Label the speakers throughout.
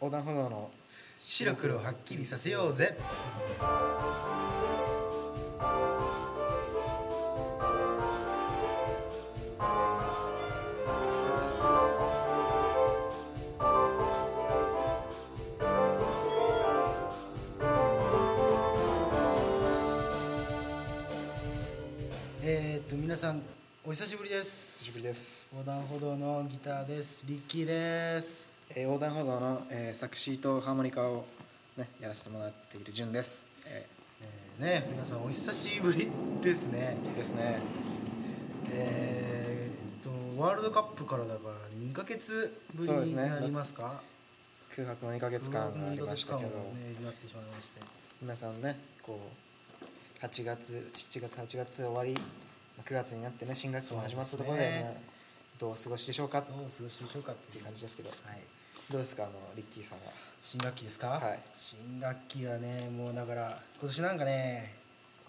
Speaker 1: 横断歩道の
Speaker 2: 白黒はっきりさせようぜえー、っと皆さんお久しぶりです
Speaker 1: 久しぶりです、
Speaker 2: 横断歩道のギターですリッキーです
Speaker 1: えー、横断歩道の、えー、作詞とハーモニカを、ね、やらせてもらっている潤です、え
Speaker 2: えーね皆さんお久しぶりですね
Speaker 1: ー、いいですね
Speaker 2: えー、っとワールドカップからだから2ヶ月ぶり
Speaker 1: そうです
Speaker 2: に
Speaker 1: ね
Speaker 2: なりますか
Speaker 1: 空白の2ヶ月間がありましたけど、
Speaker 2: 空白の二ヶ月間もねなってしまいまして
Speaker 1: 皆さんねこう8月7月8月終わり9月になってね新学期も始まったところで,、ね
Speaker 2: そうですね
Speaker 1: どうお過ごしでしょうかっ
Speaker 2: どう過ごしましょうかって
Speaker 1: てい
Speaker 2: い
Speaker 1: うう
Speaker 2: 感
Speaker 1: 感
Speaker 2: じ
Speaker 1: じ
Speaker 2: で
Speaker 1: ですけど
Speaker 2: はい
Speaker 1: どうですかあのリッキーさんは
Speaker 2: 新学期ですか、
Speaker 1: はい
Speaker 2: 新学期はねもうだから今年なんかね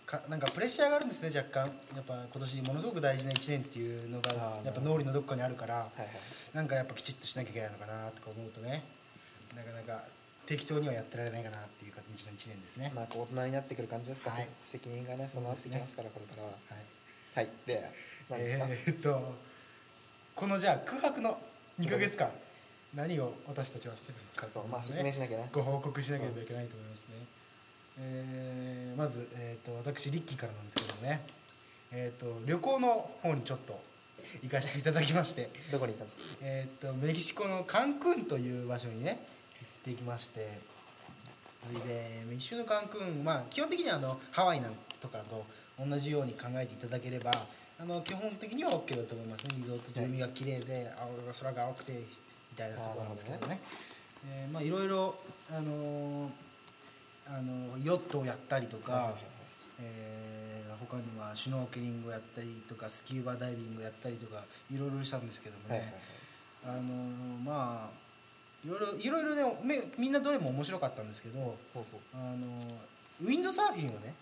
Speaker 2: かなんかプレッシャーがあるんですね若干やっぱ今年ものすごく大事な1年っていうのが
Speaker 1: あー
Speaker 2: やっぱ脳裏のどこかにあるから、
Speaker 1: いはい
Speaker 2: なんかやっぱきちっとしなきゃいけないのかなとか思うとねなかなか適当にはやってられないかなっていう感じの1年ですね、
Speaker 1: まあこう大人になってくる感じですかね、
Speaker 2: はい
Speaker 1: 責任がね
Speaker 2: そ
Speaker 1: 備
Speaker 2: うで
Speaker 1: わ
Speaker 2: す
Speaker 1: っ
Speaker 2: ね
Speaker 1: てきますからこれからは
Speaker 2: はい
Speaker 1: はいで何ですか、
Speaker 2: えーっとこのじゃあ空白の2ヶ月間何を私たちはしてたのか
Speaker 1: そうまあ説明しなきゃね
Speaker 2: ご報告しなければいけないと思いますね、えーまず、えー、と私リッキーからなんですけどもね、えー、と旅行の方にちょっと行かせていただきまして
Speaker 1: どこに行ったんですか
Speaker 2: えー、とメキシコのカンクンという場所にね行ってきましてそれでメキシコのカンクン、まあ、基本的にはあのハワイなんとかと同じように考えていただければあの基本的には OK だと思いますねリゾート中海が綺麗で青が空が青くてみたいなところなんですけど
Speaker 1: あ
Speaker 2: ね
Speaker 1: ーなる
Speaker 2: えーまあいろいろあのーあのヨットをやったりとか、
Speaker 1: はいはいはい
Speaker 2: えー他にはシュノーケリングをやったりとかスキューバダイビングをやったりとかいろいろしたんですけども
Speaker 1: は
Speaker 2: ね、
Speaker 1: いはいはい
Speaker 2: あのーまあいろいろいろいろねめみんなどれも面白かったんですけど、
Speaker 1: ほうほう
Speaker 2: あのーウィンドサーフィンをね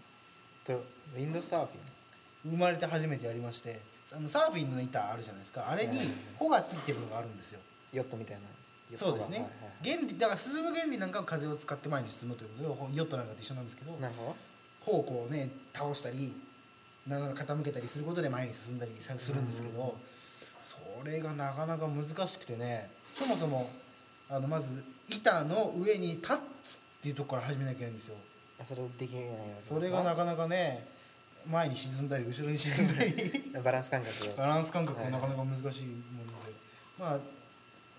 Speaker 1: とウィンドサーフィン
Speaker 2: 生まれて初めてやりましてあのサーフィンの板あるじゃないですかあれに
Speaker 1: はいはいはい
Speaker 2: 帆がついてるのがあるんですよ。
Speaker 1: ヨットみたいなヨット
Speaker 2: そ
Speaker 1: が
Speaker 2: うですね、
Speaker 1: はいはいはい
Speaker 2: 原理だから進む原理なんかは風を使って前に進むということでヨットなんかと一緒なんですけど
Speaker 1: なるほ
Speaker 2: 方向をね倒したりなんか傾けたりすることで前に進んだりさするんですけどそれがなかなか難しくてねそもそもあのまず板の上に立つっていうところから始めなきゃいけないんですよ
Speaker 1: どあそれできないわけですか
Speaker 2: それがなかなかね前に沈んだり後ろに沈んだり
Speaker 1: バランス感覚
Speaker 2: バ
Speaker 1: が
Speaker 2: ランス感覚がなかなか難しいものでまあ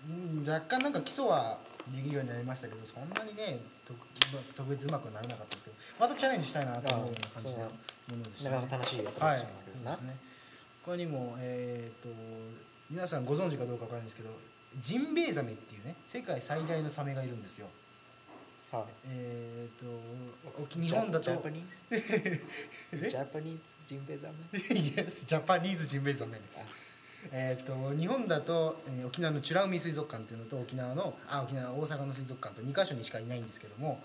Speaker 2: うん若干なんか基礎はできるようになりましたけどそんなにね特特別うまくはならなかったですけどまたチャレンジしたいなと思うような感じのものでした
Speaker 1: な
Speaker 2: ね
Speaker 1: かなか楽しいやつ
Speaker 2: はい、
Speaker 1: し
Speaker 2: そ
Speaker 1: れないわ
Speaker 2: う
Speaker 1: け
Speaker 2: で
Speaker 1: です
Speaker 2: す
Speaker 1: な、
Speaker 2: ね。他にも、えー、と皆さんご存知かどうかわからないですけどジンベエザメっていうね世界最大のサメがいるんですよ。
Speaker 1: はい
Speaker 2: えー、とお日本だと
Speaker 1: ジャパニ ーズジャパニーズジンベエザメ
Speaker 2: Yes ジャパニーズジンベエザメです。えー、と日本だと、えー沖縄の美ら海水族館というのと沖縄のあ沖縄大阪の水族館と2か所にしかいないんですけども、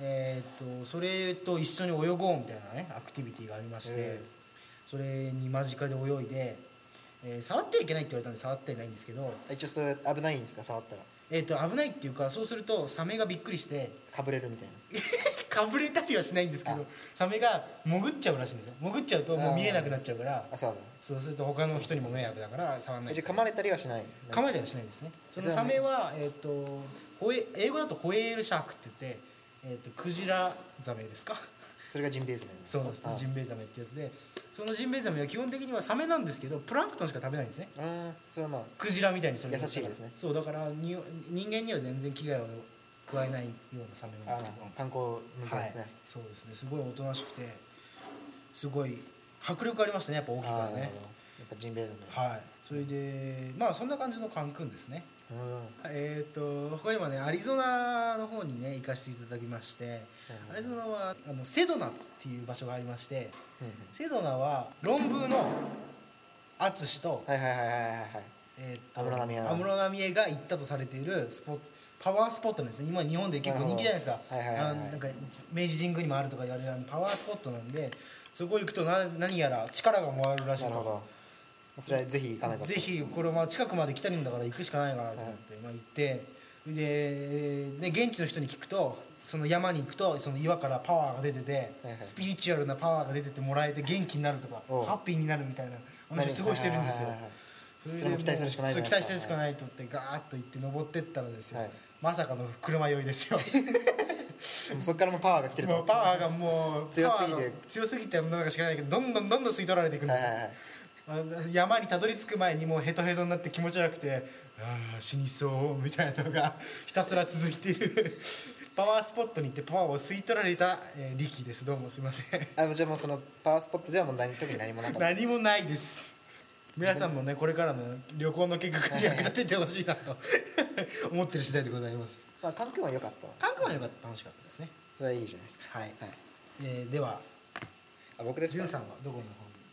Speaker 2: えー、とそれと一緒に泳ごうみたいなねアクティビティがありまして、
Speaker 1: え
Speaker 2: それに間近で泳いで、えー触ってはいけないって言われたんで触ってはいないんですけど、
Speaker 1: え一応それ危ないんですか触ったら
Speaker 2: えー、と危ないっていうかそうするとサメがびっくりして
Speaker 1: かぶれるみたいな
Speaker 2: かぶれたりはしないんですけどサメが潜っちゃうらしいんですよ潜っちゃうともう見えなくなっちゃうから
Speaker 1: あそう
Speaker 2: そうすると他の人にも迷惑だから触らな
Speaker 1: だ
Speaker 2: い
Speaker 1: 一応噛まれたりはしない
Speaker 2: 噛まれたりはしないですねその
Speaker 1: そうだ
Speaker 2: サ
Speaker 1: ね
Speaker 2: メは、えー、とホエ英語だとホエールシャークって言って、えー、とクジラザメですか
Speaker 1: それがジンベエザメなんです
Speaker 2: そ
Speaker 1: か
Speaker 2: うです
Speaker 1: あ
Speaker 2: ジンベエザメってやつでそのジンベエザメは基本的にはサメなんですけどプランクトンしか食べないんですね
Speaker 1: あーそれはまあ
Speaker 2: クジラみたいにそれが
Speaker 1: 優しいですね
Speaker 2: そうだからに人間には全然危害を加えないようなサメ
Speaker 1: あ
Speaker 2: なんですけど
Speaker 1: ー観光向けですね、
Speaker 2: はい、そうですねすごいおとなしくてすごい迫力ありましたねやっぱ大きいか
Speaker 1: あ
Speaker 2: ら
Speaker 1: ーなる
Speaker 2: ね
Speaker 1: ほどやっぱジンベエザメ
Speaker 2: はいそれでまあそんな感じのカンクンですね
Speaker 1: うん
Speaker 2: えー、と他にもねアリゾナの方にね行かせていただきましてアリゾナはあのセドナっていう場所がありまして
Speaker 1: うんうん
Speaker 2: セドナは論文の淳と,、
Speaker 1: はいはいはいはいはいはい
Speaker 2: えー、と
Speaker 1: 安室奈美恵
Speaker 2: 安室奈美恵が行ったとされているスポパワースポットなんですね今日本で結構人気じゃないですか
Speaker 1: なるほどはいはいはいはい
Speaker 2: あのなんか明治神宮にもあるとか言われるあのパワースポットなんでそこ行くとな何やら力がもらえるらしい
Speaker 1: な
Speaker 2: の
Speaker 1: るほどそれはぜひ行かないと
Speaker 2: ぜひこれまあ近くまで来てるんだから行くしかないかなと思って、まあ行ってでで現地の人に聞くとその山に行くとその岩からパワーが出てて、
Speaker 1: はいはい
Speaker 2: スピリチュアルなパワーが出ててもらえて元気になるとか
Speaker 1: おう
Speaker 2: ハッピーになるみたいな話をすごいしてるんですよ
Speaker 1: はいはいはいはい
Speaker 2: れで
Speaker 1: それも期待するしかないじ
Speaker 2: そ
Speaker 1: ゃ
Speaker 2: う
Speaker 1: ないですか
Speaker 2: 期待してるしかないと思ってガーッと行って登ってったらですよ、
Speaker 1: はい
Speaker 2: まさかの車酔いで すよ
Speaker 1: もうそこからもうパワーが来てると
Speaker 2: もうパワーがもう
Speaker 1: 強すぎて
Speaker 2: パワーが強すぎてなんか知らないけどどんどんどんどん吸い取られていくんで
Speaker 1: は
Speaker 2: す
Speaker 1: い
Speaker 2: よ、
Speaker 1: はいはい
Speaker 2: あの山にたどり着く前にもうヘトヘトになって気持ち悪くてああ死にそうみたいなのが ひたすら続いている パワースポットに行ってパワーを吸い取られた、えー、力ですどうもすいませ ん
Speaker 1: あもちろんもうそのパワースポットではもう何特に何もなかった
Speaker 2: 何もないです皆さんもねこれからの旅行の計画に役立ててほしいなと 思ってる次第でございます
Speaker 1: まあカンクンは良かったわ
Speaker 2: 韓国はよかった楽しかったですね
Speaker 1: それはいいじゃないですか
Speaker 2: はい、
Speaker 1: はい
Speaker 2: えーでは
Speaker 1: あ僕です
Speaker 2: ジュ
Speaker 1: か
Speaker 2: ンさんはどこの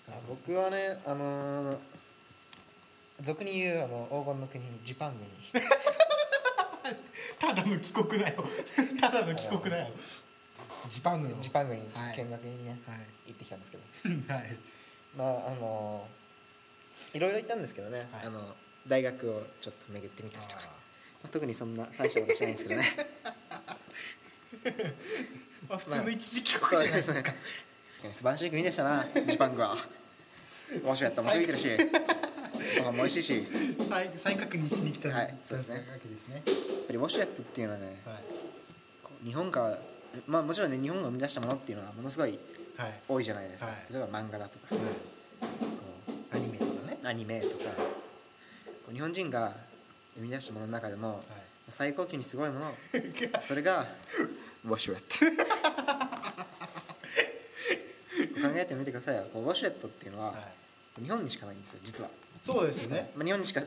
Speaker 1: あ
Speaker 2: 方に
Speaker 1: 僕はねあのー俗に言うあの黄金の国ジパング に
Speaker 2: ただの帰国だよ ただの帰国だよ ジパングの
Speaker 1: ジパングに
Speaker 2: はい
Speaker 1: 見学にね、
Speaker 2: はい
Speaker 1: 行ってきたんですけど
Speaker 2: はい
Speaker 1: まああのーいろいろ行ったんですけどね、
Speaker 2: はい
Speaker 1: あの大学をちょっと巡ってみたりとかまあ、特にそんな大したことしてないんです けどね
Speaker 2: まあ、普通の一時帰国じゃないですか、
Speaker 1: いや素晴らしい国でしたなジパングは面白かった面白いてるしご飯も美味しいしやっ
Speaker 2: 再再確認しに来た
Speaker 1: はいそうですね
Speaker 2: わけですね、
Speaker 1: ぱりウォシュレットっていうのはね
Speaker 2: は
Speaker 1: こう日本からまあもちろんね日本が生み出したものっていうのはものすごい
Speaker 2: いはい
Speaker 1: 多いじゃないですか、
Speaker 2: はい
Speaker 1: 例えば漫画だとか
Speaker 2: は
Speaker 1: こ
Speaker 2: い、アニメとかね、
Speaker 1: うアニメとかこう日本人が生み出したものの中でも
Speaker 2: はい、
Speaker 1: 最高級にすごいも のそれがウォシュレット考えてみてくださいよこうウォシュレットっていうのは、
Speaker 2: はい、
Speaker 1: 日本にしかないんですよ実は、
Speaker 2: そうですね
Speaker 1: まあ、日本にしか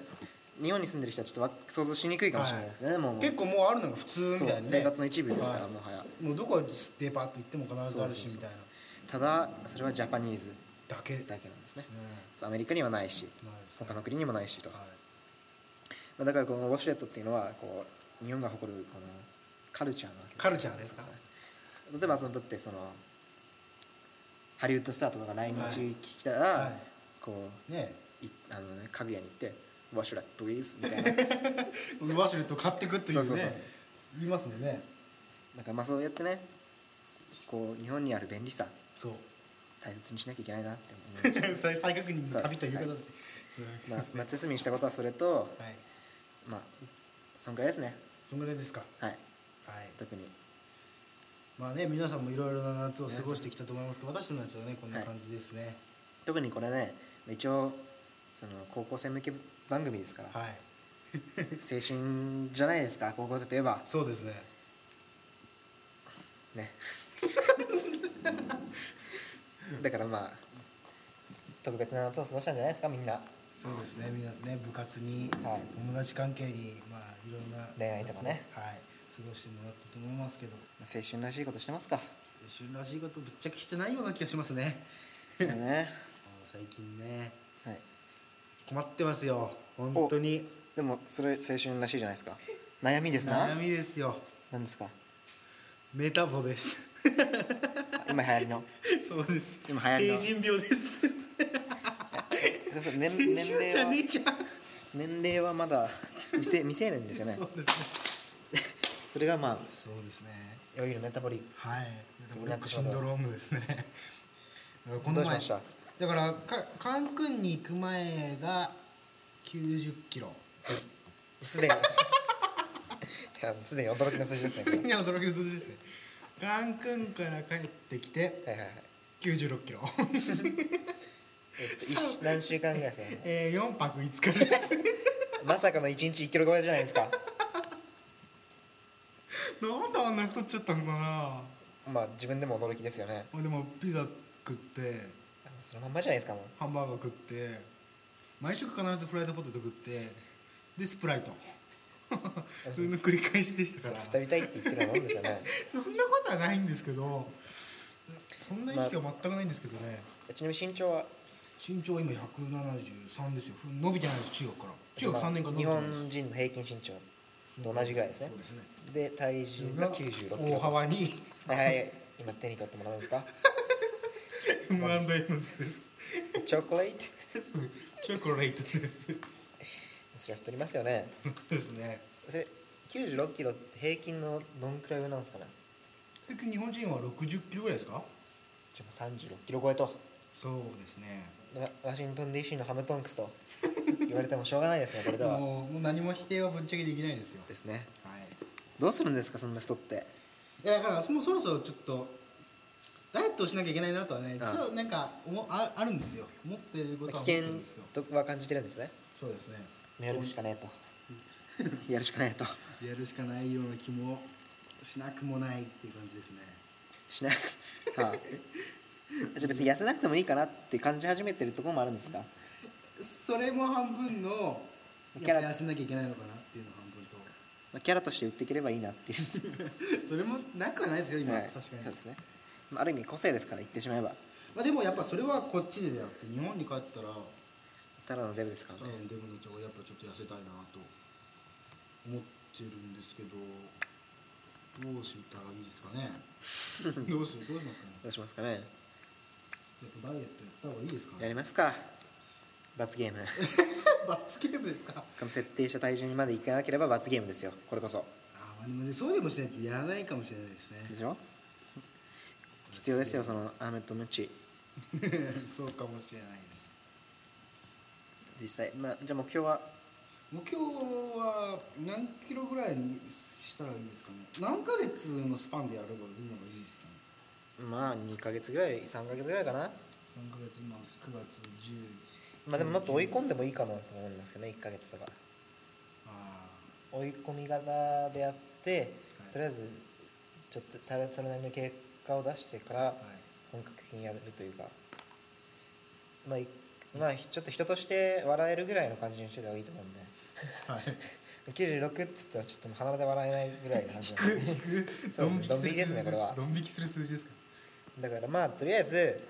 Speaker 1: 日本に住んでる人はちょっとわ想像しにくいかもしれないですね、もう
Speaker 2: 結構もうあるのが普通み
Speaker 1: そう
Speaker 2: たいなね
Speaker 1: 生活の一部ですから、
Speaker 2: はい
Speaker 1: もはや
Speaker 2: もうどこデパート行っても必ずあるしみたいな
Speaker 1: ただそれはジャパニーズ
Speaker 2: だけ
Speaker 1: だけなんですね
Speaker 2: うん
Speaker 1: そうアメリカにはないし
Speaker 2: ないですね
Speaker 1: 他の国にもないしと、
Speaker 2: はい
Speaker 1: まあだからこのウォシュレットっていうのはこう日本が誇るこのカルチャーなわけ
Speaker 2: カルチャーですか
Speaker 1: 例えばそのだってそのハリウッドスターとかが来日来たら、
Speaker 2: はい
Speaker 1: こ
Speaker 2: ね
Speaker 1: ういあの、ね、家具屋に行って「ウォシュレット please」みた いな
Speaker 2: ウォシュレット買ってくというね
Speaker 1: そうそうそう
Speaker 2: 言いますもんね
Speaker 1: なんかまあそうやってねこう日本にある便利さ
Speaker 2: そう
Speaker 1: 大切にしなきゃいけないなって思いまし
Speaker 2: 再再確認の旅ということで、
Speaker 1: そうたまあ夏休みにしたことはそれと
Speaker 2: うんはい
Speaker 1: まあそんくらいですね
Speaker 2: そのぐらいですか
Speaker 1: はい
Speaker 2: はい
Speaker 1: 特に
Speaker 2: まあね皆さんもいろいろな夏を過ごしてきたと思いますけど私の夏はねこんな感じですね
Speaker 1: 特にこれね一応その高校生向け番組ですから、
Speaker 2: はい、
Speaker 1: 青春じゃないですか高校生といえば
Speaker 2: そうですね
Speaker 1: ねだからまあ特別な夏を過ごしたんじゃないですかみんな
Speaker 2: そうですね皆さんね部活に、
Speaker 1: はい
Speaker 2: 友達関係にまあいろんな
Speaker 1: 恋愛とかね
Speaker 2: 夏をはい過ごしてもらったと思いますけど
Speaker 1: 青春らしいことしてますか
Speaker 2: 一春らしいことぶっちゃけしてないような気がしますね
Speaker 1: ね、
Speaker 2: 最近ね
Speaker 1: はい、
Speaker 2: 困ってますよ本当に
Speaker 1: でもそれ青春らしいじゃないですか悩みです
Speaker 2: 悩
Speaker 1: な
Speaker 2: みですよ
Speaker 1: 何ですか
Speaker 2: メタボです
Speaker 1: あ今流行りの
Speaker 2: そうです
Speaker 1: 今流行りの
Speaker 2: 成人病です
Speaker 1: そうそう
Speaker 2: 成
Speaker 1: 年
Speaker 2: 人
Speaker 1: 年
Speaker 2: じゃね
Speaker 1: 齢は
Speaker 2: えじゃん
Speaker 1: 年齢はまだ未成未成年ですよね
Speaker 2: そうですね
Speaker 1: それがまあ
Speaker 2: そうですね
Speaker 1: いわゆるメタボリ
Speaker 2: はい、ブラックシンドロームです ね。だからこ
Speaker 1: どうしました
Speaker 2: だからかカンクンに行く前が90キロ。
Speaker 1: す でにいやすでに驚きの数字ですね
Speaker 2: いや驚きの数字ですね。カンクンから帰ってきて
Speaker 1: はいはいはい
Speaker 2: 96キロ。
Speaker 1: えっと一週何週間ぐらいですよね
Speaker 2: えー、4泊5日です。
Speaker 1: まさかの1日1キロ超えじゃないですか
Speaker 2: なんであんなに太っちゃったのかな。
Speaker 1: まあ自分でも驚きですよね
Speaker 2: あでもピザ食って
Speaker 1: そのまんまじゃないですかもう
Speaker 2: ハンバーガー食って毎食必ずフライドポテト食ってでスプライト。 それの繰り返しでしたから。
Speaker 1: 太りたいって言ってるのもんですよ ね
Speaker 2: そんなことはないんですけどそんな意識は全くないんですけどね、
Speaker 1: ちなみに身長は
Speaker 2: 身長今173ですよふ伸びてないです中学から中学3年間伸
Speaker 1: 日
Speaker 2: びてないです
Speaker 1: 本人の平均身長と同じぐらいですね
Speaker 2: そうですね
Speaker 1: で体重が96キロ
Speaker 2: 大幅に
Speaker 1: はいはい今手に取ってもらうんですか
Speaker 2: M&M です
Speaker 1: チョコレート
Speaker 2: チョコレートです
Speaker 1: それは太りますよね
Speaker 2: そうですね
Speaker 1: それ96キロって平均のどんくらい上なんですかね
Speaker 2: 結局日本人は60キロぐらいですか
Speaker 1: じゃあ36キロ超えと
Speaker 2: そうですね
Speaker 1: わワシントン DC のハムトンクスと言われてもしょうがないですねこれでは
Speaker 2: もうもう何も否定はぶっちゃけできないですよ
Speaker 1: ですね
Speaker 2: はい
Speaker 1: どうするんですかそんな人って
Speaker 2: いやだからもうそろそろちょっとダイエットをしなきゃいけないなとはね、
Speaker 1: ああ
Speaker 2: そうなんか思ああるんですよ思ってるこ
Speaker 1: 危
Speaker 2: とは思って
Speaker 1: 険
Speaker 2: るんですよ
Speaker 1: とは感じてるんですね
Speaker 2: そうですね
Speaker 1: やるしかねえと やるしかねえと
Speaker 2: やるしかないような気もしなくもないっていう感じですね
Speaker 1: しない はいじゃあ別に痩せなくてもいいかなって感じ始めてるところもあるんですか
Speaker 2: それも半分の
Speaker 1: キャ
Speaker 2: や
Speaker 1: ラ
Speaker 2: っぱ痩せなきゃいけないのかなっていうの半分と
Speaker 1: まあキャラとして売っていければいいなっていう、
Speaker 2: それもなくはないですよ今、
Speaker 1: はい
Speaker 2: 確かに
Speaker 1: そうですねまあある意味個性ですから言ってしまえば
Speaker 2: まあ、でもやっぱそれはこっちでだよって日本に帰ったら、
Speaker 1: ただのデブですか
Speaker 2: 多
Speaker 1: らね
Speaker 2: 分デブのちゃんがやっぱちょっと痩せたいなと思ってるんですけどどうしたらいいですか ねどうしどうしますかね
Speaker 1: どうしますかね
Speaker 2: やっぱダイエットやった方がいいですか
Speaker 1: や
Speaker 2: ね
Speaker 1: りますか罰 ゲーム
Speaker 2: 罰ゲームですかあ
Speaker 1: この設定した体重にまでいかなければ罰ゲームですよこれこそ
Speaker 2: ーまあでもねそうでもしないとやらないかもしれないですね
Speaker 1: でしょ必要ですよその雨とムチ
Speaker 2: そうかもしれないです
Speaker 1: 実際まあじゃあ目標は
Speaker 2: 目標は何キロぐらいにしたらいいですかね何ヶ月のスパンでやればいいのがいいですかね
Speaker 1: まあ2ヶ月ぐらい3ヶ月ぐらいかな
Speaker 2: 3ヶ月今9月10
Speaker 1: まあでももっと追い込んでもいいかなと思うんですけどね1ヶ月とか
Speaker 2: あ
Speaker 1: 追い込み型でやって
Speaker 2: はい
Speaker 1: とりあえずちょっとそれそれなりの結果を出してから
Speaker 2: あはい
Speaker 1: 本格的にやるというかまあいまあひちょっと人として笑えるぐらいの感じにしてた方がいいと思うんで
Speaker 2: はい、
Speaker 1: 96っつったらちょっともう鼻で笑えないぐらいの感じなんでそう
Speaker 2: ド ン引き
Speaker 1: ドン
Speaker 2: す
Speaker 1: 引
Speaker 2: る
Speaker 1: きですねこれは
Speaker 2: ドン引きする数字ですか。
Speaker 1: だからまあとりあえず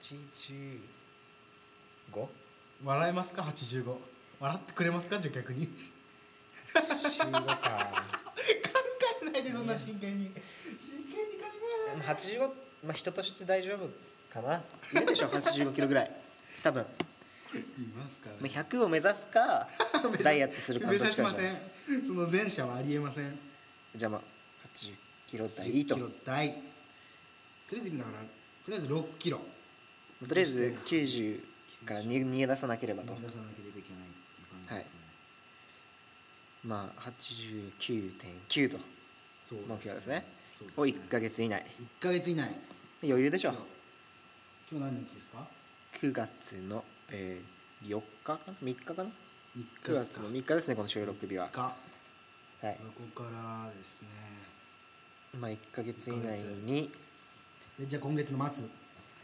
Speaker 1: 85?
Speaker 2: 笑えますか八十五。笑ってくれますかじゃあ逆に。考
Speaker 1: 85か
Speaker 2: えないでそんな真剣に。真剣に考えない。
Speaker 1: 85、まあ、人として大丈夫かないるでしょ85キロぐらい多分
Speaker 2: いますか、
Speaker 1: まあ100を目指す かダイエットするか
Speaker 2: 目
Speaker 1: どっ
Speaker 2: 指
Speaker 1: ち
Speaker 2: し
Speaker 1: か
Speaker 2: ま
Speaker 1: じゃ
Speaker 2: せ
Speaker 1: ない
Speaker 2: ん。その前者はありえません。
Speaker 1: じゃあまあ80キロ台いいと
Speaker 2: 10キロ台。とりあえずだからとりあえず六キロ
Speaker 1: とりあえず90からに逃げ出さなければ
Speaker 2: 出さ
Speaker 1: と
Speaker 2: なければいけないっていう感じですね。
Speaker 1: まあ89.9と
Speaker 2: そう
Speaker 1: 目標ですね
Speaker 2: そうです
Speaker 1: を
Speaker 2: ね
Speaker 1: 1ヶ月以内
Speaker 2: 一ヶ月以内。
Speaker 1: 余裕でしょ
Speaker 2: 今日何日ですか？
Speaker 1: 9月の、えー、4日かな3日かな
Speaker 2: 一ヶ
Speaker 1: 9
Speaker 2: 月
Speaker 1: 月
Speaker 2: か
Speaker 1: の3日ですねこの収録日は、
Speaker 2: か。
Speaker 1: はい
Speaker 2: そこからですね
Speaker 1: まあ、1ヶ月以内に、
Speaker 2: でじゃあ今月の末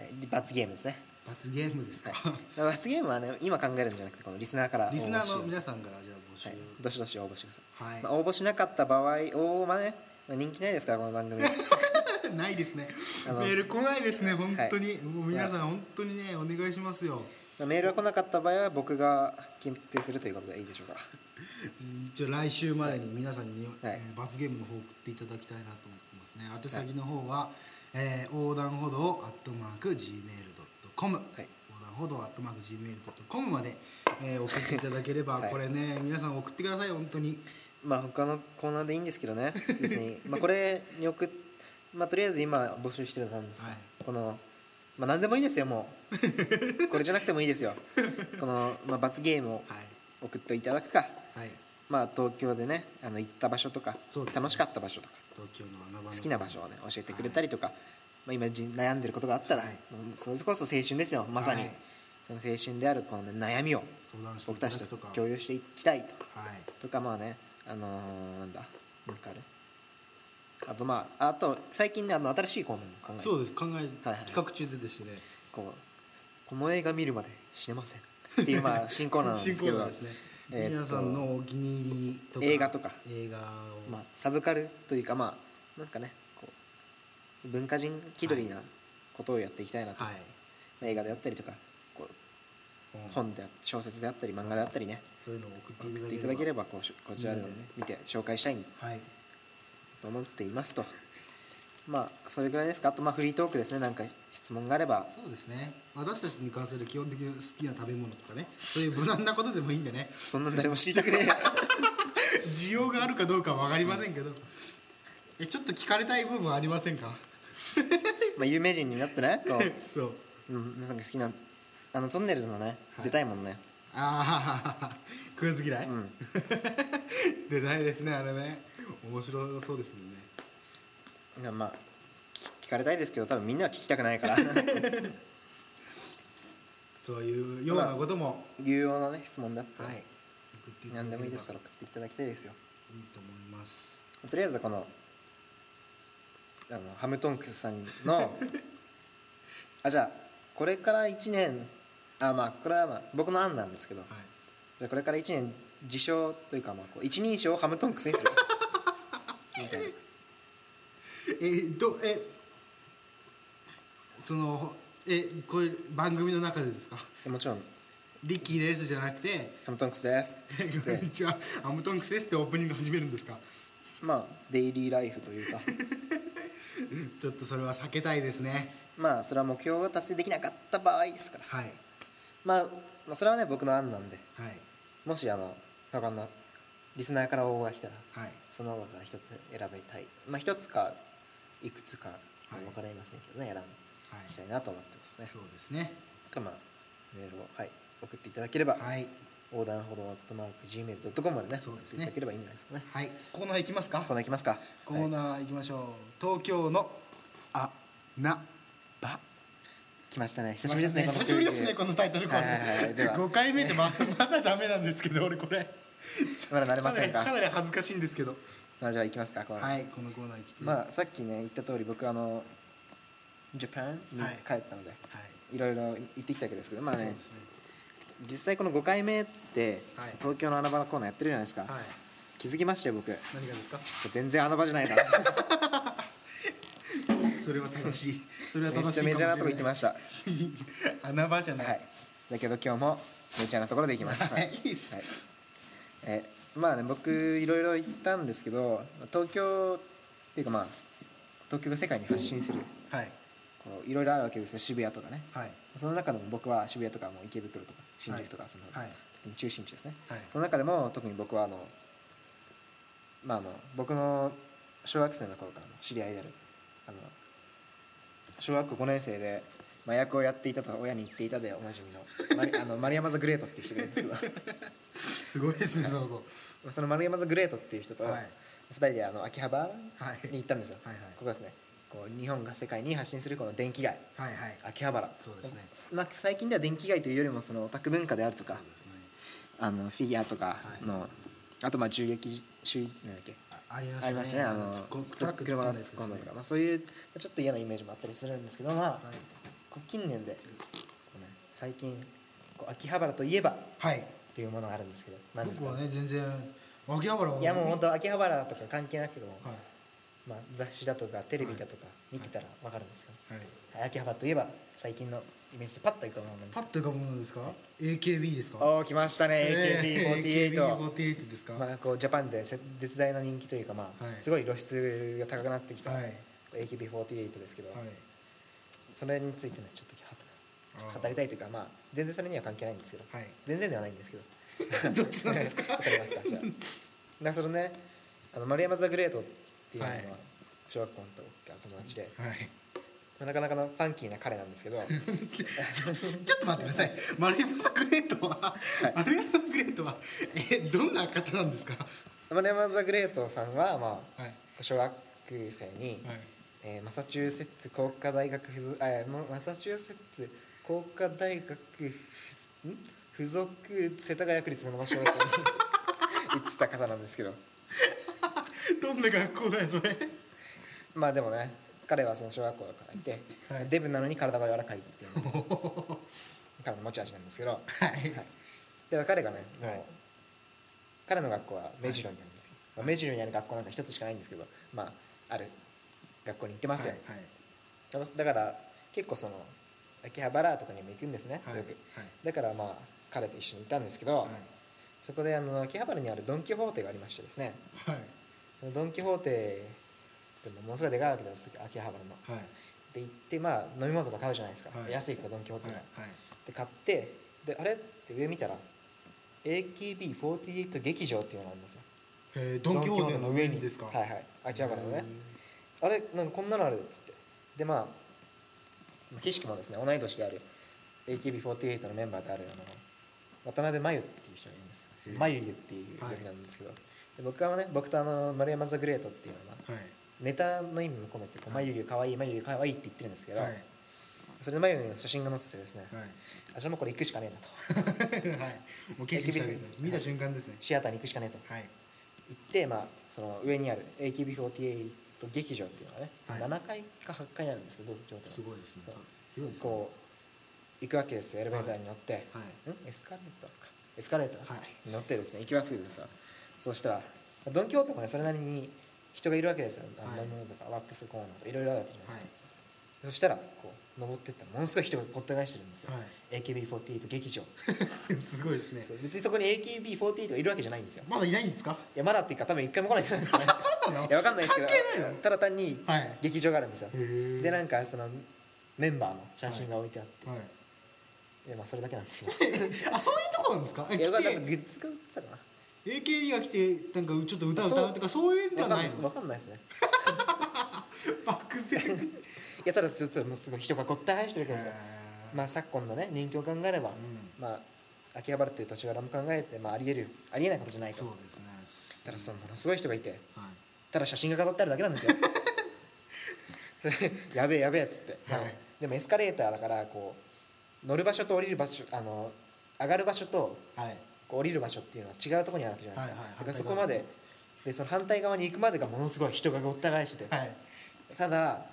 Speaker 1: はいで罰ゲームですね、
Speaker 2: 罰ゲームですか、
Speaker 1: はい、罰ゲームはね今考えるんじゃなくてこのリスナーから応募
Speaker 2: リスナーの
Speaker 1: しよ
Speaker 2: 皆さんからじゃあ募集
Speaker 1: うはい、どしどし応募してくださ
Speaker 2: はい、
Speaker 1: い、まあ、応募しなかった場合応募まあねまあ人気ないですからこの番 組
Speaker 2: ないですね
Speaker 1: あの
Speaker 2: メール来ないですね本当に、もう皆さん本当にねお願いしますよ
Speaker 1: メールが来なかった場合は僕が決定するということでいいでしょ うか
Speaker 2: じゃあ来週までに皆さんに、
Speaker 1: はい
Speaker 2: えー罰ゲームの方送っていただきたいなと思ってますね宛先の方は、えー横断歩道アットマーク Gmail.com
Speaker 1: はい
Speaker 2: 横断歩道アットマーク Gmail.com まで、えー送っていただければ、
Speaker 1: はい
Speaker 2: これね皆さん送ってください本当に
Speaker 1: まあ他のコーナーでいいんですけどね別にまあこれに送っまあとりあえず今募集してるのなんですか、
Speaker 2: はい
Speaker 1: このまあ何でもいいですよも うこれじゃなくてもいいですよこの、まあ、罰ゲームを
Speaker 2: はい
Speaker 1: 送っていただくか
Speaker 2: はい
Speaker 1: まあ東京でねあの行った場所とか、
Speaker 2: そうですね
Speaker 1: 楽しかった場所とか
Speaker 2: 東京の穴場の
Speaker 1: 好きな場所をね教えてくれたりとか、まあ、今じ悩んでることがあったら、
Speaker 2: はい
Speaker 1: もうそれこそ青春ですよまさに、
Speaker 2: はい
Speaker 1: その青春であるこの、悩みを
Speaker 2: 相談してい
Speaker 1: 僕
Speaker 2: た
Speaker 1: た
Speaker 2: だ
Speaker 1: ち
Speaker 2: く
Speaker 1: と
Speaker 2: とか
Speaker 1: 共有していきたいと。
Speaker 2: はい
Speaker 1: とかまあねあのーなんだなんかあるあとまああと最近ねあの新しいコーナーも考えて
Speaker 2: そうです考え、
Speaker 1: はいはい
Speaker 2: 企画中でですね
Speaker 1: こうこの映画見るまで死ねませんっていう まあ新コーナーなんですけど
Speaker 2: 新コーナーですね、
Speaker 1: えーっと
Speaker 2: 皆さんのお気に入りとか
Speaker 1: 映画とか
Speaker 2: 映画を、
Speaker 1: まあ、サブカルというかまあなんですかねこう文化人気取りなことをやっていきたいなと、
Speaker 2: はい
Speaker 1: まあ映画であったりとかこう本であ小説であったり漫画であったりね
Speaker 2: そういうのを送ってい
Speaker 1: 送
Speaker 2: た
Speaker 1: っ
Speaker 2: だけ
Speaker 1: て
Speaker 2: れ
Speaker 1: い
Speaker 2: ば
Speaker 1: ただければこうしこちらでも、ね
Speaker 2: みんな、
Speaker 1: 見て紹介したい
Speaker 2: はい
Speaker 1: と思っていますとまあそれぐらいですかあとまあフリートークですねなんか質問があれば
Speaker 2: そうですね私たちに関する基本的な好きな食べ物とかねそういう無難なことでもいいんでね
Speaker 1: そんな誰も知りたくねえ
Speaker 2: 需要があるかどうかは分かりませんけどえちょっと聞かれたい部分ありませんか
Speaker 1: まあ有名人になってねこ
Speaker 2: そう
Speaker 1: う、うん、皆さんが好きなあのトンネルズのね、出たいもんね
Speaker 2: ああ食わず嫌い、
Speaker 1: ん
Speaker 2: デザイン ですねあれね面白そうですもんね
Speaker 1: いやまあ聞聞かれたいですけど多分みんなは聞きたくないから
Speaker 2: そういうようなことも
Speaker 1: 有用なね質問だったら、
Speaker 2: はい送っていただ
Speaker 1: 何
Speaker 2: け
Speaker 1: でも
Speaker 2: れば
Speaker 1: いいですから送っていただきたいですよ
Speaker 2: いいと思います
Speaker 1: とりあえずこのあのハムトンクスさんのあじゃあこれから1年あまあこれは、まあ、僕の案なんですけど
Speaker 2: はい
Speaker 1: じゃあこれから1年自称というかまあこう一人称をハムトンクスにするみたいな
Speaker 2: えーどえそのえこれ番組の中でですか
Speaker 1: でもちろん
Speaker 2: リッキーですじゃなくて
Speaker 1: 「ハムトンクスです」
Speaker 2: 「えこんにちはアムトンクスです」ってオープニング始めるんですか
Speaker 1: まあデイリーライフというか
Speaker 2: ちょっとそれは避けたいですね
Speaker 1: まあそれは目標が達成できなかった場合ですから、
Speaker 2: はい
Speaker 1: まあ、まあそれはね僕の案なんで
Speaker 2: はい
Speaker 1: もしあの他のリスナーから応募が来たら
Speaker 2: はい
Speaker 1: その中から一つ選びたいまあ一つかいくつか分かりませんけどね、選ん
Speaker 2: はい
Speaker 1: したいなと思ってますね
Speaker 2: そうですね
Speaker 1: だからまあメールを、はい、送っていただければ、
Speaker 2: はい
Speaker 1: 横断歩道アットマーク Gmail.com までね
Speaker 2: そうです
Speaker 1: 送って
Speaker 2: ね
Speaker 1: いただければいいんじゃないですかね
Speaker 2: はいコーナーいきますか
Speaker 1: コーナーいきますか
Speaker 2: コー
Speaker 1: はい
Speaker 2: ナーいきましょう、東京のあなば
Speaker 1: 来ましたね久しぶりですね
Speaker 2: 久しぶりですね
Speaker 1: こ
Speaker 2: こ
Speaker 1: の
Speaker 2: のタイトルコール、
Speaker 1: はいはいはいでは
Speaker 2: 5回目でままだダメなんですけど俺これ
Speaker 1: まだ慣れま
Speaker 2: かな
Speaker 1: せん
Speaker 2: り
Speaker 1: か
Speaker 2: かなり恥ずかしいんですけど
Speaker 1: まあじゃあいきますかコーナー、
Speaker 2: はいこのコーナー来て
Speaker 1: まあさっきね言った通り僕あのジャパンに
Speaker 2: はい
Speaker 1: 帰ったので、、
Speaker 2: はい
Speaker 1: ろいろ行ってきたわけですけどまあ
Speaker 2: いそう
Speaker 1: ね
Speaker 2: ですね
Speaker 1: 実際この5回目って、
Speaker 2: はい
Speaker 1: 東京の穴場のコーナーやってるじゃないですか、
Speaker 2: はい
Speaker 1: 気づきましたよ僕
Speaker 2: 何がですか
Speaker 1: 全然穴場じゃない な
Speaker 2: それは正 しいそれは
Speaker 1: めっ
Speaker 2: 正し
Speaker 1: ちゃ
Speaker 2: い
Speaker 1: メジャーなとこ行ってま
Speaker 2: し
Speaker 1: したは
Speaker 2: た 穴場じゃない、
Speaker 1: いだけど今日もメジャーなところで行きます、
Speaker 2: は
Speaker 1: はい
Speaker 2: い、いいです、
Speaker 1: はいえまあね僕いろいろ行ったんですけど東京っていうかまあ東京が世界に発信する
Speaker 2: はい
Speaker 1: こういろいろあるわけですよ渋谷とかね
Speaker 2: はい
Speaker 1: その中でも僕は渋谷とかもう池袋とか新宿とかその、
Speaker 2: はい
Speaker 1: 特に中心地ですね、
Speaker 2: はい
Speaker 1: その中でも特に僕はあのまああの僕の小学生の頃からの知り合いであるあの小学校5年生で麻薬をやっていたと親に言っていたでおなじみのマリあの丸山ザ・グレートっていう人がいるんですけど
Speaker 2: すごいですねその子
Speaker 1: まあその丸山ザ・グレートっていう人と
Speaker 2: はい
Speaker 1: 2人であの秋葉原
Speaker 2: はい
Speaker 1: に行ったんですよ、
Speaker 2: はいはい
Speaker 1: ここですねこう日本が世界に発信するこの電気街
Speaker 2: はいはい
Speaker 1: 秋葉原
Speaker 2: そうですね
Speaker 1: まあ、最近では電気街というよりもそのオタク文化であると
Speaker 2: そう
Speaker 1: か
Speaker 2: ですね
Speaker 1: あのフィギュアとかの、あとまあ銃撃銃なんだっけ
Speaker 2: あありま
Speaker 1: ありまし
Speaker 2: したた
Speaker 1: ね
Speaker 2: ね
Speaker 1: あの
Speaker 2: 突っ込むトラック突っ
Speaker 1: 車
Speaker 2: 込
Speaker 1: が
Speaker 2: んだ
Speaker 1: 突
Speaker 2: や
Speaker 1: っ
Speaker 2: つですね
Speaker 1: 込んだとか、まあ、そういうちょっと嫌なイメージもあったりするんですけどまあ、こう近年でこうね最近こう秋葉原といえばっ
Speaker 2: はい、はい
Speaker 1: ていうものがあるんですけど何です
Speaker 2: 僕
Speaker 1: か、
Speaker 2: はね全然秋葉原はい
Speaker 1: やもう本
Speaker 2: 本
Speaker 1: 当秋葉原とか関係なくても、
Speaker 2: 当は
Speaker 1: まあ、雑誌だとかテレビだとか見てたら分かるんですけど、
Speaker 2: い、はい、
Speaker 1: はい秋葉原といえば最近のイメージでパッといくものなんです
Speaker 2: パ
Speaker 1: け
Speaker 2: ッ
Speaker 1: ど
Speaker 2: と浮かぶものですか AKB ですか
Speaker 1: おお来ましたね
Speaker 2: えー
Speaker 1: AKB48
Speaker 2: AKB48 ですか、
Speaker 1: まあ、こうジャパンでせ絶大な人気というか、まあ
Speaker 2: はい
Speaker 1: すごい露出が高くなってきた、
Speaker 2: はい
Speaker 1: AKB48 ですけど、
Speaker 2: はい
Speaker 1: それについてねちょっ
Speaker 2: あ
Speaker 1: と
Speaker 2: ー
Speaker 1: 語りたいというか、まあ、全然それには関係ないんですけど、
Speaker 2: はい
Speaker 1: 全然ではないんですけど
Speaker 2: どっちなんですか
Speaker 1: わかりますかじゃあだからそのねあの丸山ザ・グレートっていうのは
Speaker 2: はい
Speaker 1: 小学校の時から友達で、
Speaker 2: はい
Speaker 1: なかなかのファンキーな彼なんですけど
Speaker 2: ちょちょっと待ってください丸山さんグレートは、丸山さんグレートはえどんな方なんですか
Speaker 1: 丸山ザ・グレートさんは、まあ
Speaker 2: はい
Speaker 1: 小学生に、
Speaker 2: はい
Speaker 1: えーマサチューセッツ工科大学附属あまマサチューセッツ工科大学附ん附属世田谷区立の場所だと 言ってた方なんですけど
Speaker 2: どんな学校だよそれ
Speaker 1: まあでもね彼はその小学校からいて、
Speaker 2: はい
Speaker 1: デブなのに体が柔らかいっていうの が
Speaker 2: は
Speaker 1: 彼の持ち味なんですけど、はいい、で彼がね、もう
Speaker 2: はい
Speaker 1: 彼の学校は目白にあるんですよ、まあ目白にある学校なんか一つしかないんですけどまあある学校に行ってますよ、
Speaker 2: はい
Speaker 1: だからだから結構その秋葉原とかにも行くんですね、
Speaker 2: はい
Speaker 1: よく、
Speaker 2: はい
Speaker 1: だからまあ彼と一緒にいたんですけど、
Speaker 2: はい
Speaker 1: そこであの秋葉原にあるドン・キホーテがありましてですね
Speaker 2: はい
Speaker 1: そのドン・キホーテでもものすごいでかいわけです秋葉原の
Speaker 2: はい
Speaker 1: で行ってまあ飲み物とか買うじゃないですか、
Speaker 2: はい
Speaker 1: 安いからドン・キホーテ
Speaker 2: はい
Speaker 1: が、
Speaker 2: はい
Speaker 1: で買ってであれって上見たら AKB48 劇場っていうのがあるんですよ
Speaker 2: へえードン・キホーテの上にですか、
Speaker 1: はいはい秋葉原のねあれなんかこんなのあるっつってでまあ岸君もですね同い年である AKB48 のメンバーであるあの渡辺真由っていう人がいるんです
Speaker 2: へえ
Speaker 1: よ真由ゆっていう呼びなんですけど、で僕はね僕とあの丸山ザ・グレートっていうのは
Speaker 2: はい
Speaker 1: ネタの意味も込めてこう「真由ゆかわいい真由ゆかわいい」って言ってるんですけど、
Speaker 2: はい
Speaker 1: それで真由ゆの写真が載っててですね、
Speaker 2: はい
Speaker 1: あじゃあもうこれ行くしかねえな と
Speaker 2: はいもう決心したわけですね見た瞬間ですね
Speaker 1: シアターに行くしかねえと
Speaker 2: はい
Speaker 1: 行って、まあ、その上にある AKB48 劇場っていうのがね、
Speaker 2: はい
Speaker 1: 7階か8階にあるんですけど京都
Speaker 2: す
Speaker 1: の
Speaker 2: ごいですね
Speaker 1: そう
Speaker 2: 広いですね
Speaker 1: こう行くわけですよエレベーターに乗って、
Speaker 2: はい
Speaker 1: んエスカレーターかエスカレーター、
Speaker 2: はい
Speaker 1: 乗ってですね行きますけどさそうしたらドン・キホーテもねそれなりに人がいるわけですよ、あの
Speaker 2: はい
Speaker 1: 飲み物とかワックスコーナーとかいろいろあるわけじゃないです
Speaker 2: は
Speaker 1: か、そしたらこう登ってったらものすごい人がごった返してるんですよ、
Speaker 2: は
Speaker 1: AKB48 劇場、
Speaker 2: い すごいですね
Speaker 1: そう別にそこに AKB48 がいるわけじゃないんですよ
Speaker 2: まだいないんですか
Speaker 1: いやまだっていうか多分一回も来ないんじゃないですかね
Speaker 2: そうなの
Speaker 1: いやわかんないですけど
Speaker 2: 関係ないの
Speaker 1: ただ単に
Speaker 2: はい
Speaker 1: 劇場があるんですよ、
Speaker 2: へえ
Speaker 1: でなんかそのメンバーの写真が置いてあって、
Speaker 2: はい
Speaker 1: でまあ、それだけなんですよ
Speaker 2: あそういうとこなんですかえ
Speaker 1: いやまあ
Speaker 2: 来
Speaker 1: だって
Speaker 2: て
Speaker 1: グッズが売ってたかな
Speaker 2: AKB が来てなんかちょっと歌歌うとかそういうんでは
Speaker 1: わかんな
Speaker 2: ない
Speaker 1: で
Speaker 2: い
Speaker 1: すわ
Speaker 2: の
Speaker 1: かんないですね
Speaker 2: 漠然
Speaker 1: いやただちょっともうすごい人がごった返してるわけですよ、まあ昨今のね人気を考えれば、
Speaker 2: う
Speaker 1: まあ秋葉原っていう土地柄も考えて、まあ、ありえるありえないことじゃないか
Speaker 2: そう
Speaker 1: ら
Speaker 2: ですね
Speaker 1: ただそのものすごい人がいて
Speaker 2: はい
Speaker 1: ただ写真が飾ってあるだけなん ですよそれやべえやべえっつって、
Speaker 2: はい
Speaker 1: でもエスカレーターだからこう乗る場所と降りる場所あの上がる場所と
Speaker 2: はい
Speaker 1: こう降りる場所っていうのは違うところにあるわけじゃないですか、
Speaker 2: はいは
Speaker 1: だから
Speaker 2: い反対側
Speaker 1: そこまで
Speaker 2: です
Speaker 1: でその反対側に行くまでがものすごい人がごった返してて、
Speaker 2: はい
Speaker 1: ただ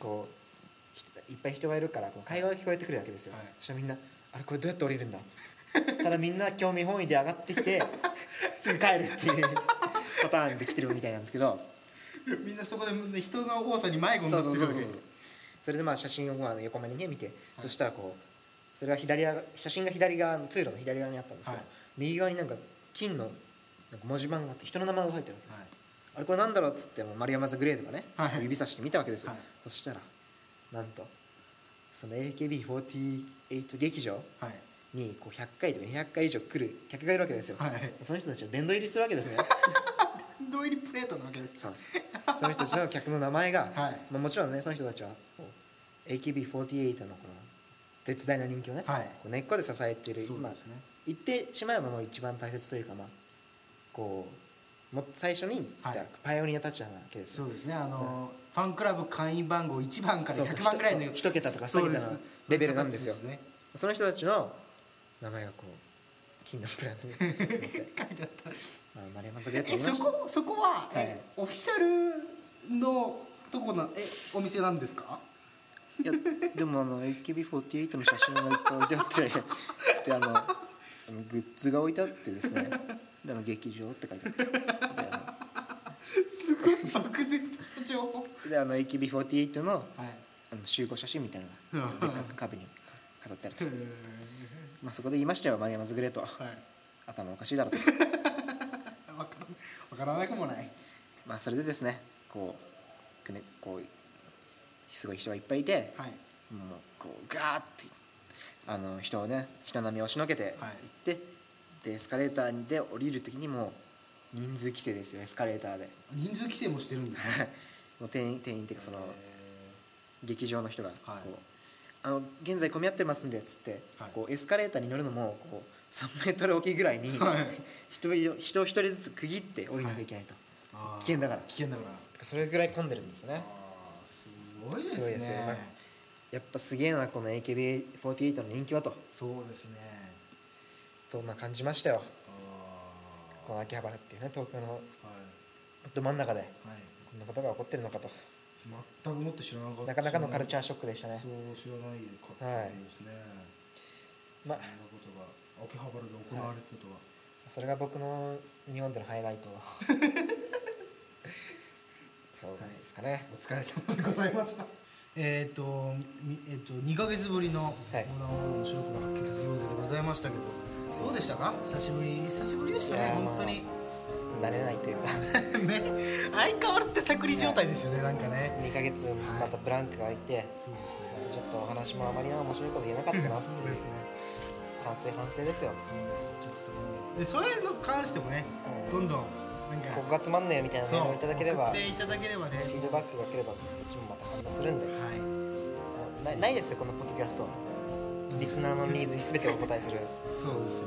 Speaker 1: こうひいっぱい人がいるからこう会話が聞こえてくるわけですよ、
Speaker 2: はい
Speaker 1: そしたらみんな「あれこれどうやって降りるんだ」っつってただみんな興味本位で上がってきてすぐ帰るっていうパターンできてるみたいなんですけど
Speaker 2: みんなそこでね人の多さに迷子に
Speaker 1: そ
Speaker 2: な
Speaker 1: う
Speaker 2: って
Speaker 1: そう
Speaker 2: く
Speaker 1: そう
Speaker 2: る
Speaker 1: そ
Speaker 2: わ
Speaker 1: う
Speaker 2: け
Speaker 1: それでまあ写真をまあ横目にね見て、そしたらこうそれが左側写真が左側の通路の左側にあったんですけど、
Speaker 2: はい
Speaker 1: 右側になんか金のなんか文字盤があって人の名前が書いてあるわけです、
Speaker 2: はい
Speaker 1: あれこれなんだろうっつってもう丸山ザグレーとかね、
Speaker 2: はい
Speaker 1: 指さして見たわけですよ、
Speaker 2: はい
Speaker 1: そしたらなんとその AKB48 劇場
Speaker 2: はい
Speaker 1: にこう100回とか200回以上来る客がいるわけですよ、
Speaker 2: はい
Speaker 1: その人たちを殿堂入りするわけですね
Speaker 2: ドイルプレートなわけです
Speaker 1: そうですその人たちの客の名前が、
Speaker 2: はい
Speaker 1: まあ、もちろんねその人たちはこう AKB48 のこの絶大な人気をね、
Speaker 2: はい
Speaker 1: こう根っこで支えている
Speaker 2: そう
Speaker 1: 今
Speaker 2: ですね
Speaker 1: 言ってしまえばもう一番大切というかまあこうも最初に来
Speaker 2: は
Speaker 1: た
Speaker 2: い
Speaker 1: パイオニアたちなわけですよ、
Speaker 2: そうですねあのファンクラブ会員番号1番から
Speaker 1: そうそう
Speaker 2: 100番ぐらいの
Speaker 1: ひとひと桁とか
Speaker 2: そうです
Speaker 1: そういうレベルなんですよ
Speaker 2: そういう形
Speaker 1: その人たちの名前がこう金のプラトに
Speaker 2: 書いてあった
Speaker 1: まあ丸山さんがやって
Speaker 2: え
Speaker 1: みま
Speaker 2: そ
Speaker 1: した
Speaker 2: こそこは、
Speaker 1: はい
Speaker 2: えオフィシャルのとこなえお店なんですか
Speaker 1: いやでもあの AKB48 の写真がいっぱい置いてあってであのあのグッズが置いてあってですねであの劇場って書いてあってであ
Speaker 2: すごい漠然とした情報
Speaker 1: のであの AKB48 の
Speaker 2: はい
Speaker 1: あの集合写真みたいなのがでっかく壁に飾ってあると
Speaker 2: へー、
Speaker 1: まあ、そこで言いましたよ丸山ズグレーと
Speaker 2: はい
Speaker 1: 頭おかしいだろうと
Speaker 2: わからんわからなくもない
Speaker 1: まあそれでですねこうくねこうすごい人がいっぱいいて、
Speaker 2: はい
Speaker 1: もうこうガーってあの人をね人波を押しのけて行
Speaker 2: はい
Speaker 1: って、でエスカレーターで降りる時にもう人数規制ですよエスカレーターで
Speaker 2: 人数規制もしてるんですね
Speaker 1: もう店員店員っていうかその劇場の人がこう、
Speaker 2: はい
Speaker 1: あの現在混み合ってますんでっつって、
Speaker 2: はい
Speaker 1: こうエスカレーターに乗るのもこう3メートルおきぐらいに、
Speaker 2: はい
Speaker 1: 人を人を一人ずつ区切って降りなきゃいけないと、
Speaker 2: あー
Speaker 1: 危険だから
Speaker 2: 危険だから
Speaker 1: だからそれぐらい混んでるんですね
Speaker 2: あーすごいです
Speaker 1: すごい
Speaker 2: ね
Speaker 1: ですよねやっぱすげえなこの AKB48 の人気はと
Speaker 2: そうですね
Speaker 1: とまあ感じましたよ
Speaker 2: あ
Speaker 1: この秋葉原っていうね東京の
Speaker 2: ーは
Speaker 1: ど真ん中で
Speaker 2: いはい
Speaker 1: こんなことが起こってるのかと
Speaker 2: 全くもっと知らなかっ
Speaker 1: な
Speaker 2: た
Speaker 1: かなかのカルチャー
Speaker 2: シ
Speaker 1: ショックでしたね
Speaker 2: そう知らないかったですね、
Speaker 1: まあ
Speaker 2: そんなことが秋葉原で行われてたとは、
Speaker 1: それが僕の日本でのハイライトそうですかね、
Speaker 2: お疲れ様でございましたえっ、とみえっ、と2ヶ月ぶりの
Speaker 1: はい
Speaker 2: 横断歩道の白黒発見させようぜでございましたけどどうでしたか久しぶり久しぶりでした
Speaker 1: い
Speaker 2: ね
Speaker 1: やー
Speaker 2: 本当に、
Speaker 1: 慣れないというか
Speaker 2: ね相変わらず手探り状態ですよねなんかね
Speaker 1: 2ヶ月またブランクが空いて、
Speaker 2: そうです
Speaker 1: ちょっとお話もあまり面白いこと言えなかったなってい
Speaker 2: そうです
Speaker 1: う
Speaker 2: ね
Speaker 1: 反省反省ですよ
Speaker 2: そうですちょっともうでそれに関してもねどんどんなんか
Speaker 1: ここがつまんねえみたいなメールをいただければ
Speaker 2: 送っていただければね
Speaker 1: フィードバックが来ればこっちもまた反応するんで
Speaker 2: はい
Speaker 1: なないですよこのポッドキャストリスナーのニーズに全てお答えする
Speaker 2: そうですよ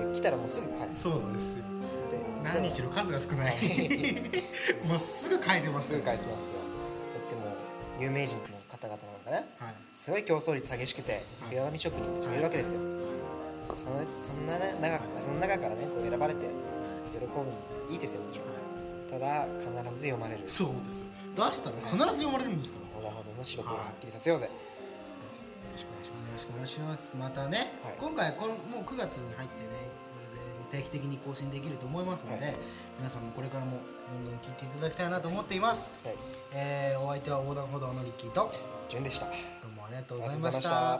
Speaker 1: だって来たらもうすぐ返す
Speaker 2: そうなんですよ
Speaker 1: って
Speaker 2: 何しろ数が少 ないまっすぐ返せますす
Speaker 1: ぐ返しますよだってもう有名人の方々なんかね
Speaker 2: はい
Speaker 1: すごい競争率激しくて
Speaker 2: はい
Speaker 1: 平紙職人たちもいるわけですよ、そのそんな、ね、中からその中からねこう選ばれて喜ぶのもいいですよもちろんただ必ず読まれる
Speaker 2: そうですよ出したら必ず読まれるんですか
Speaker 1: ほど
Speaker 2: ら
Speaker 1: ほどの仕事をはっきりさせようぜ、よろしくお願いしま
Speaker 2: よ
Speaker 1: す
Speaker 2: ろしくお願いしますまたね、
Speaker 1: はい
Speaker 2: 今回これもう9月に入ってねこれで定期的に更新できると思いますので、
Speaker 1: はい
Speaker 2: 皆さんもこれからもどんどん聞いていただきたいなと思っています、
Speaker 1: はい
Speaker 2: えーお相手は横断歩道のリッキーと
Speaker 1: 順でした
Speaker 2: どうもありがと
Speaker 1: あ
Speaker 2: う
Speaker 1: り
Speaker 2: ご
Speaker 1: がとござ
Speaker 2: ざいうま
Speaker 1: いま
Speaker 2: し
Speaker 1: した
Speaker 2: た